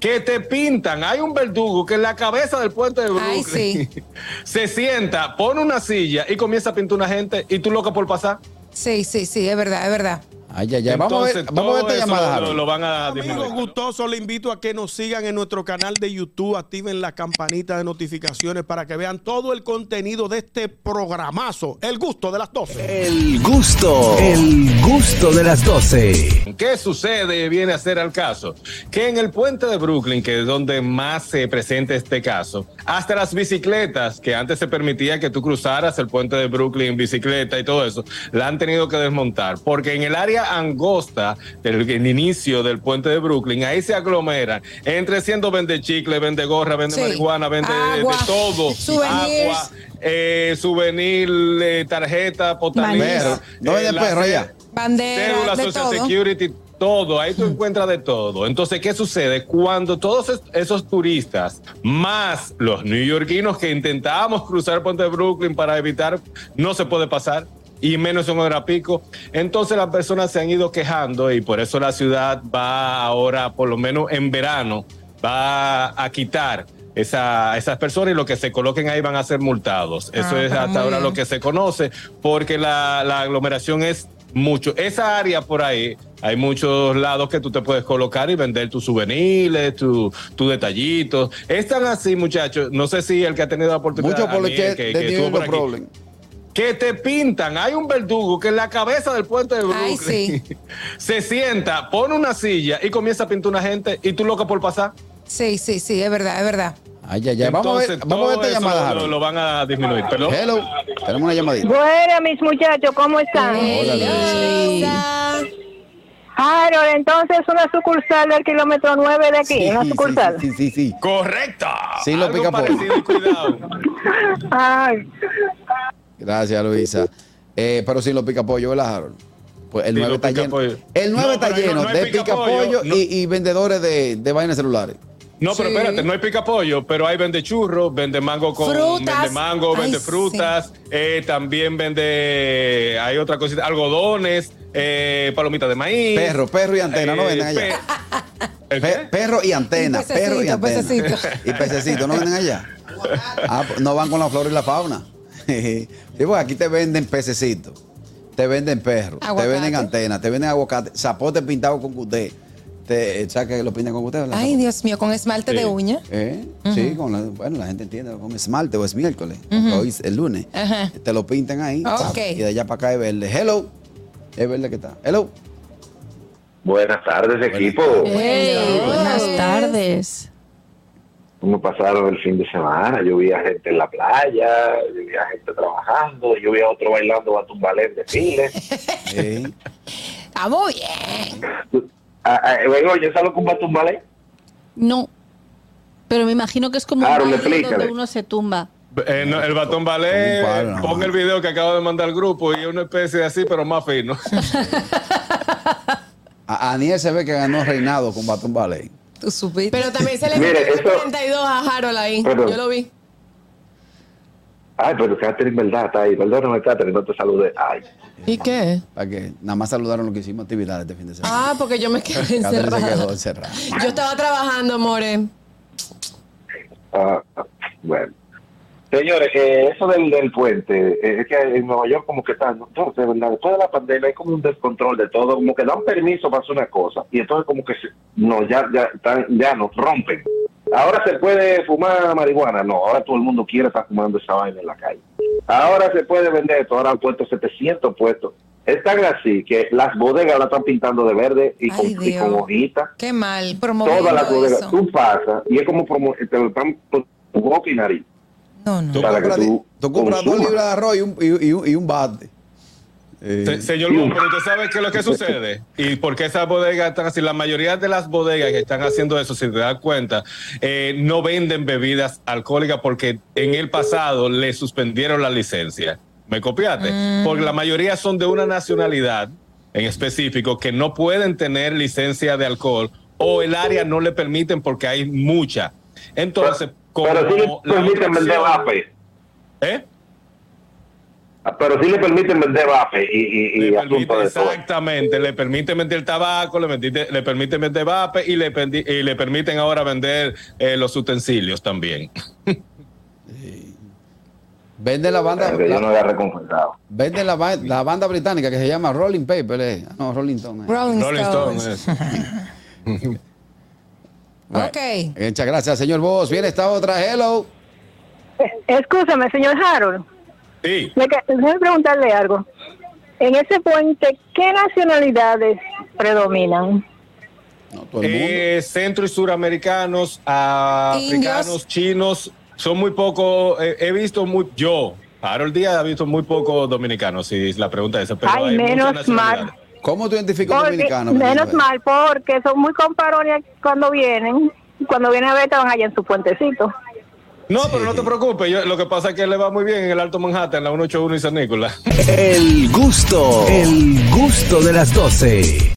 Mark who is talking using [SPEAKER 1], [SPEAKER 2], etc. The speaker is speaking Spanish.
[SPEAKER 1] que te pintan. Hay un verdugo que en la cabeza del puente de Brooklyn
[SPEAKER 2] Ay, sí.
[SPEAKER 1] se sienta, pone una silla y comienza a pintar una gente y tú loca por pasar.
[SPEAKER 2] Sí, sí, sí, es verdad, es verdad.
[SPEAKER 3] Ay, ay, ay. Vamos a ver,
[SPEAKER 1] Entonces,
[SPEAKER 3] vamos a ver
[SPEAKER 1] todo
[SPEAKER 3] esta
[SPEAKER 1] eso
[SPEAKER 3] llamada,
[SPEAKER 1] Lo,
[SPEAKER 3] Javi.
[SPEAKER 1] lo van a
[SPEAKER 4] Amigos
[SPEAKER 1] disminuir.
[SPEAKER 4] gustosos, le invito a que nos sigan en nuestro canal de YouTube, activen la campanita de notificaciones para que vean todo el contenido de este programazo, El Gusto de las 12.
[SPEAKER 5] El gusto, el gusto de las 12.
[SPEAKER 1] ¿Qué sucede? Viene a ser al caso. Que en el puente de Brooklyn, que es donde más se presenta este caso, hasta las bicicletas, que antes se permitía que tú cruzaras el puente de Brooklyn en bicicleta y todo eso, la han tenido que desmontar. Porque en el área angosta del el inicio del puente de Brooklyn, ahí se aglomeran. Entre siendo vende chicle, vende gorra, vende
[SPEAKER 2] Sí.
[SPEAKER 1] marihuana, vende de-
[SPEAKER 2] Agua,
[SPEAKER 1] de todo.
[SPEAKER 2] souvenirs.
[SPEAKER 1] Agua, eh, souvenir, eh, tarjeta, Eh,
[SPEAKER 6] Maní.
[SPEAKER 1] botanera.
[SPEAKER 3] Perro. No vende perro ya.
[SPEAKER 2] Bandera,
[SPEAKER 1] cédula,
[SPEAKER 2] de
[SPEAKER 1] social
[SPEAKER 2] todo. Mm.
[SPEAKER 1] security, todo. Ahí tú encuentras de todo. Entonces, ¿qué sucede? Cuando todos es- esos turistas, más los neoyorquinos que intentábamos cruzar el puente de Brooklyn para evitar, no se puede pasar. Y menos en hora pico. Entonces las personas se han ido quejando y por eso la ciudad va ahora, por lo menos en verano, va a quitar esa, esas personas y los que se coloquen ahí van a ser multados. Eso
[SPEAKER 2] Ah,
[SPEAKER 1] es
[SPEAKER 2] pero
[SPEAKER 1] hasta
[SPEAKER 2] muy
[SPEAKER 1] ahora lo
[SPEAKER 2] bien.
[SPEAKER 1] que se conoce, porque la, la aglomeración es mucho. Esa área por ahí, hay muchos lados que tú te puedes colocar y vender tus souvenirs, tu- tus detallitos. Es tan así, muchachos. No sé si el que ha tenido la oportunidad
[SPEAKER 3] Mucho por lo
[SPEAKER 1] Daniel,
[SPEAKER 3] que
[SPEAKER 1] que,
[SPEAKER 3] de
[SPEAKER 1] que estuvo
[SPEAKER 3] New
[SPEAKER 1] por
[SPEAKER 3] York
[SPEAKER 1] aquí,
[SPEAKER 3] Problem.
[SPEAKER 1] que te pintan. Hay un verdugo que en la cabeza del puente de Brooklyn
[SPEAKER 2] Ay, sí.
[SPEAKER 1] se sienta, pone una silla y comienza a pintar una gente y tú loca por pasar.
[SPEAKER 2] Sí, sí, sí, es verdad, es verdad.
[SPEAKER 3] Ay, ay, ay. Vamos a ver,
[SPEAKER 1] Entonces,
[SPEAKER 3] vamos a ver
[SPEAKER 1] todo
[SPEAKER 3] esta
[SPEAKER 1] eso
[SPEAKER 3] llamada,
[SPEAKER 1] Lo,
[SPEAKER 3] Javi.
[SPEAKER 1] lo van a disminuir. Perdón.
[SPEAKER 3] Hello. Tenemos una llamadita.
[SPEAKER 6] Bueno, mis muchachos, ¿cómo están?
[SPEAKER 3] Hola,
[SPEAKER 2] Luisa.
[SPEAKER 6] Harold, entonces una sucursal del kilómetro 9 de aquí,
[SPEAKER 3] Sí,
[SPEAKER 6] una
[SPEAKER 3] sí,
[SPEAKER 6] sucursal.
[SPEAKER 3] Sí, sí, sí. sí.
[SPEAKER 1] Correcto.
[SPEAKER 3] Sí, lo
[SPEAKER 1] Algo
[SPEAKER 3] pica por-
[SPEAKER 1] parecido, cuidado.
[SPEAKER 6] Ay,
[SPEAKER 3] Gracias, Luisa. Eh, pero sí, los picapollos, ¿verdad, Harold? Pues el
[SPEAKER 1] Sí,
[SPEAKER 3] 9
[SPEAKER 1] los
[SPEAKER 3] está lleno.
[SPEAKER 1] picapollo.
[SPEAKER 3] El 9
[SPEAKER 1] No,
[SPEAKER 3] está
[SPEAKER 1] pero ahí no-
[SPEAKER 3] lleno
[SPEAKER 1] no hay
[SPEAKER 3] de
[SPEAKER 1] picapollo,
[SPEAKER 3] picapollos
[SPEAKER 1] no.
[SPEAKER 3] y, y vendedores de, de vainas celulares.
[SPEAKER 1] No, pero
[SPEAKER 2] Sí.
[SPEAKER 1] espérate, no hay pica pollo, pero hay vende churros, vende mango con
[SPEAKER 2] Frutas.
[SPEAKER 1] vende mango,
[SPEAKER 2] Ay,
[SPEAKER 1] vende
[SPEAKER 2] sí.
[SPEAKER 1] frutas, eh, también vende hay otra cosita, algodones, eh, palomitas de maíz. Eh,
[SPEAKER 3] Perro, perro y antena, no venden allá.
[SPEAKER 1] pe- ¿El qué?
[SPEAKER 3] Pe- perro y antena,
[SPEAKER 2] Y pececito,
[SPEAKER 3] perro y antena.
[SPEAKER 2] pececito.
[SPEAKER 3] Y pececito, ¿no venden allá? Ah, pues, no van con la flor y la fauna. Sí, pues, aquí te venden pececito, te venden perro,
[SPEAKER 2] Aguacate.
[SPEAKER 3] te venden antena, te venden aguacate, zapote pintado con cuté. Te, eh, ¿Sabes que lo pintan con cuté? ¿verdad?
[SPEAKER 2] Ay, Dios mío, con esmalte
[SPEAKER 1] Sí.
[SPEAKER 2] de uña.
[SPEAKER 3] Eh, Sí, con la- bueno, la gente entiende, con esmalte o es miércoles, aunque hoy es el lunes.
[SPEAKER 2] Ajá.
[SPEAKER 3] Te lo pintan ahí
[SPEAKER 2] Ok.
[SPEAKER 3] pap, y de allá para acá es verde. Hello, es verde que está. Hello.
[SPEAKER 7] Buenas tardes, equipo.
[SPEAKER 2] Hey,
[SPEAKER 6] buenas tardes.
[SPEAKER 7] ¿Cómo pasaron el fin de semana? Yo vi a gente en la playa, yo vi a gente trabajando, yo vi a otro bailando batumbalé en desfile.
[SPEAKER 3] Eh,
[SPEAKER 2] Está muy bien.
[SPEAKER 7] Ah, ah, Luego, ¿yo salgo con batumbalé?
[SPEAKER 6] No, pero me imagino que es como
[SPEAKER 7] un Harold, baile donde explícale. uno
[SPEAKER 6] se tumba.
[SPEAKER 1] Eh, no, el batón
[SPEAKER 3] Con
[SPEAKER 1] ballet,
[SPEAKER 3] un palo, nada
[SPEAKER 1] pon
[SPEAKER 3] más.
[SPEAKER 1] el video que acabo de mandar al grupo y es una especie de así, pero más fino.
[SPEAKER 3] a Aniel se ve que ganó reinado con Batón Ballet.
[SPEAKER 2] Tú supiste.
[SPEAKER 8] Pero también se le
[SPEAKER 7] Mire,
[SPEAKER 8] metió
[SPEAKER 7] eso-
[SPEAKER 8] 32 a Harold ahí.
[SPEAKER 7] Perdón.
[SPEAKER 8] Yo lo vi.
[SPEAKER 7] Ay, pero Catherine, verdad, está ahí. Perdóname, Catherine, no te saludé. Ay,
[SPEAKER 8] ¿Y qué?
[SPEAKER 3] Para que nada más saludaron lo que hicimos actividades este fin de semana.
[SPEAKER 8] Ah, porque yo me quedé
[SPEAKER 3] Catherine se quedó
[SPEAKER 8] encerrada.
[SPEAKER 3] encerrada.
[SPEAKER 8] Yo estaba trabajando, More.
[SPEAKER 7] ah, ah, bueno. Señores, eh, eso del, del puente, eh, es que en Nueva York como que está, no, no, de verdad, después de la pandemia hay como un descontrol de todo, como que dan permiso para hacer una cosa, y entonces como que, se- no, ya, ya, están- ya no, rompen. Ahora se puede fumar marihuana, no, ahora todo el mundo quiere estar fumando esa vaina en la calle. Ahora se puede vender esto, ahora han puesto 700 puestos. Es tan así que las bodegas la están pintando de verde y
[SPEAKER 2] Ay,
[SPEAKER 7] con, y
[SPEAKER 2] Dios.
[SPEAKER 7] con hojitas
[SPEAKER 2] Qué mal,
[SPEAKER 7] todas las
[SPEAKER 2] promoviendo
[SPEAKER 7] bodegas.
[SPEAKER 2] eso.
[SPEAKER 7] Tú pasas y es como promo eh, te lo están por tu boca y nariz.
[SPEAKER 2] No, no.
[SPEAKER 3] Tú
[SPEAKER 7] Para que
[SPEAKER 3] compras,
[SPEAKER 7] tú
[SPEAKER 3] tú compras dos
[SPEAKER 7] consumas.
[SPEAKER 3] libras de arroz y un, y, y un, y un bate. Eh,
[SPEAKER 1] Se- señor Gómez, pero usted sabe qué es lo que sucede y por qué esas bodegas están así. La mayoría de las bodegas que están haciendo eso, si te das cuenta, eh, no venden bebidas alcohólicas porque en el pasado le suspendieron la licencia. ¿Me copiaste? Porque la mayoría son de una nacionalidad en específico que no pueden tener licencia de alcohol o el área no le permiten porque hay mucha. Entonces,
[SPEAKER 7] Pero sí
[SPEAKER 1] como la ¿Eh?
[SPEAKER 7] permiten
[SPEAKER 1] otra
[SPEAKER 7] vender
[SPEAKER 1] opción-
[SPEAKER 7] vape.
[SPEAKER 1] ¿Eh?
[SPEAKER 7] Ah, Pero sí le permiten vender vape y, y, y
[SPEAKER 1] Le
[SPEAKER 7] asunto
[SPEAKER 1] permite-
[SPEAKER 7] de todo.
[SPEAKER 1] exactamente, le permiten vender tabaco, le, permite- le permiten vender vape y le, pendi- y le permiten ahora vender eh, los utensilios también.
[SPEAKER 3] Vende la banda,
[SPEAKER 7] Que yo
[SPEAKER 3] la,
[SPEAKER 7] no había reconfesado.
[SPEAKER 3] vende la, ba- la banda británica que se llama Rolling Paper. eh. Ah, No, Rolling Stone. eh.
[SPEAKER 2] Rolling,
[SPEAKER 1] Rolling
[SPEAKER 2] Stones.
[SPEAKER 1] Stone, eh. es.
[SPEAKER 3] Bueno,
[SPEAKER 2] Ok.
[SPEAKER 3] Muchas gracias, señor Vos. Viene esta otra. Hello.
[SPEAKER 6] Escúchame, señor Harold.
[SPEAKER 1] Sí,
[SPEAKER 6] Me que- Déjame preguntarle algo. En ese puente, ¿qué nacionalidades predominan?
[SPEAKER 3] No, todo el mundo.
[SPEAKER 1] eh, centro y suramericanos, africanos,
[SPEAKER 2] Indios.
[SPEAKER 1] chinos, son muy pocos, he visto muy, yo, Harold Díaz ha visto muy pocos dominicanos, si es la pregunta esa, pero
[SPEAKER 6] Ay,
[SPEAKER 1] hay muchas
[SPEAKER 6] menos mal.
[SPEAKER 1] nacionalidades.
[SPEAKER 3] ¿Cómo tú identificas a un
[SPEAKER 6] Porque-
[SPEAKER 3] dominicano?
[SPEAKER 6] menos
[SPEAKER 3] Benito?
[SPEAKER 6] mal, porque son muy comparones cuando vienen. Cuando vienen a ver, estaban allá en su puentecito.
[SPEAKER 1] No, pero no te preocupes, yo- lo que pasa es que le va muy bien en el Alto Manhattan, la 181 y San Nicolás.
[SPEAKER 5] El gusto, el gusto de las doce.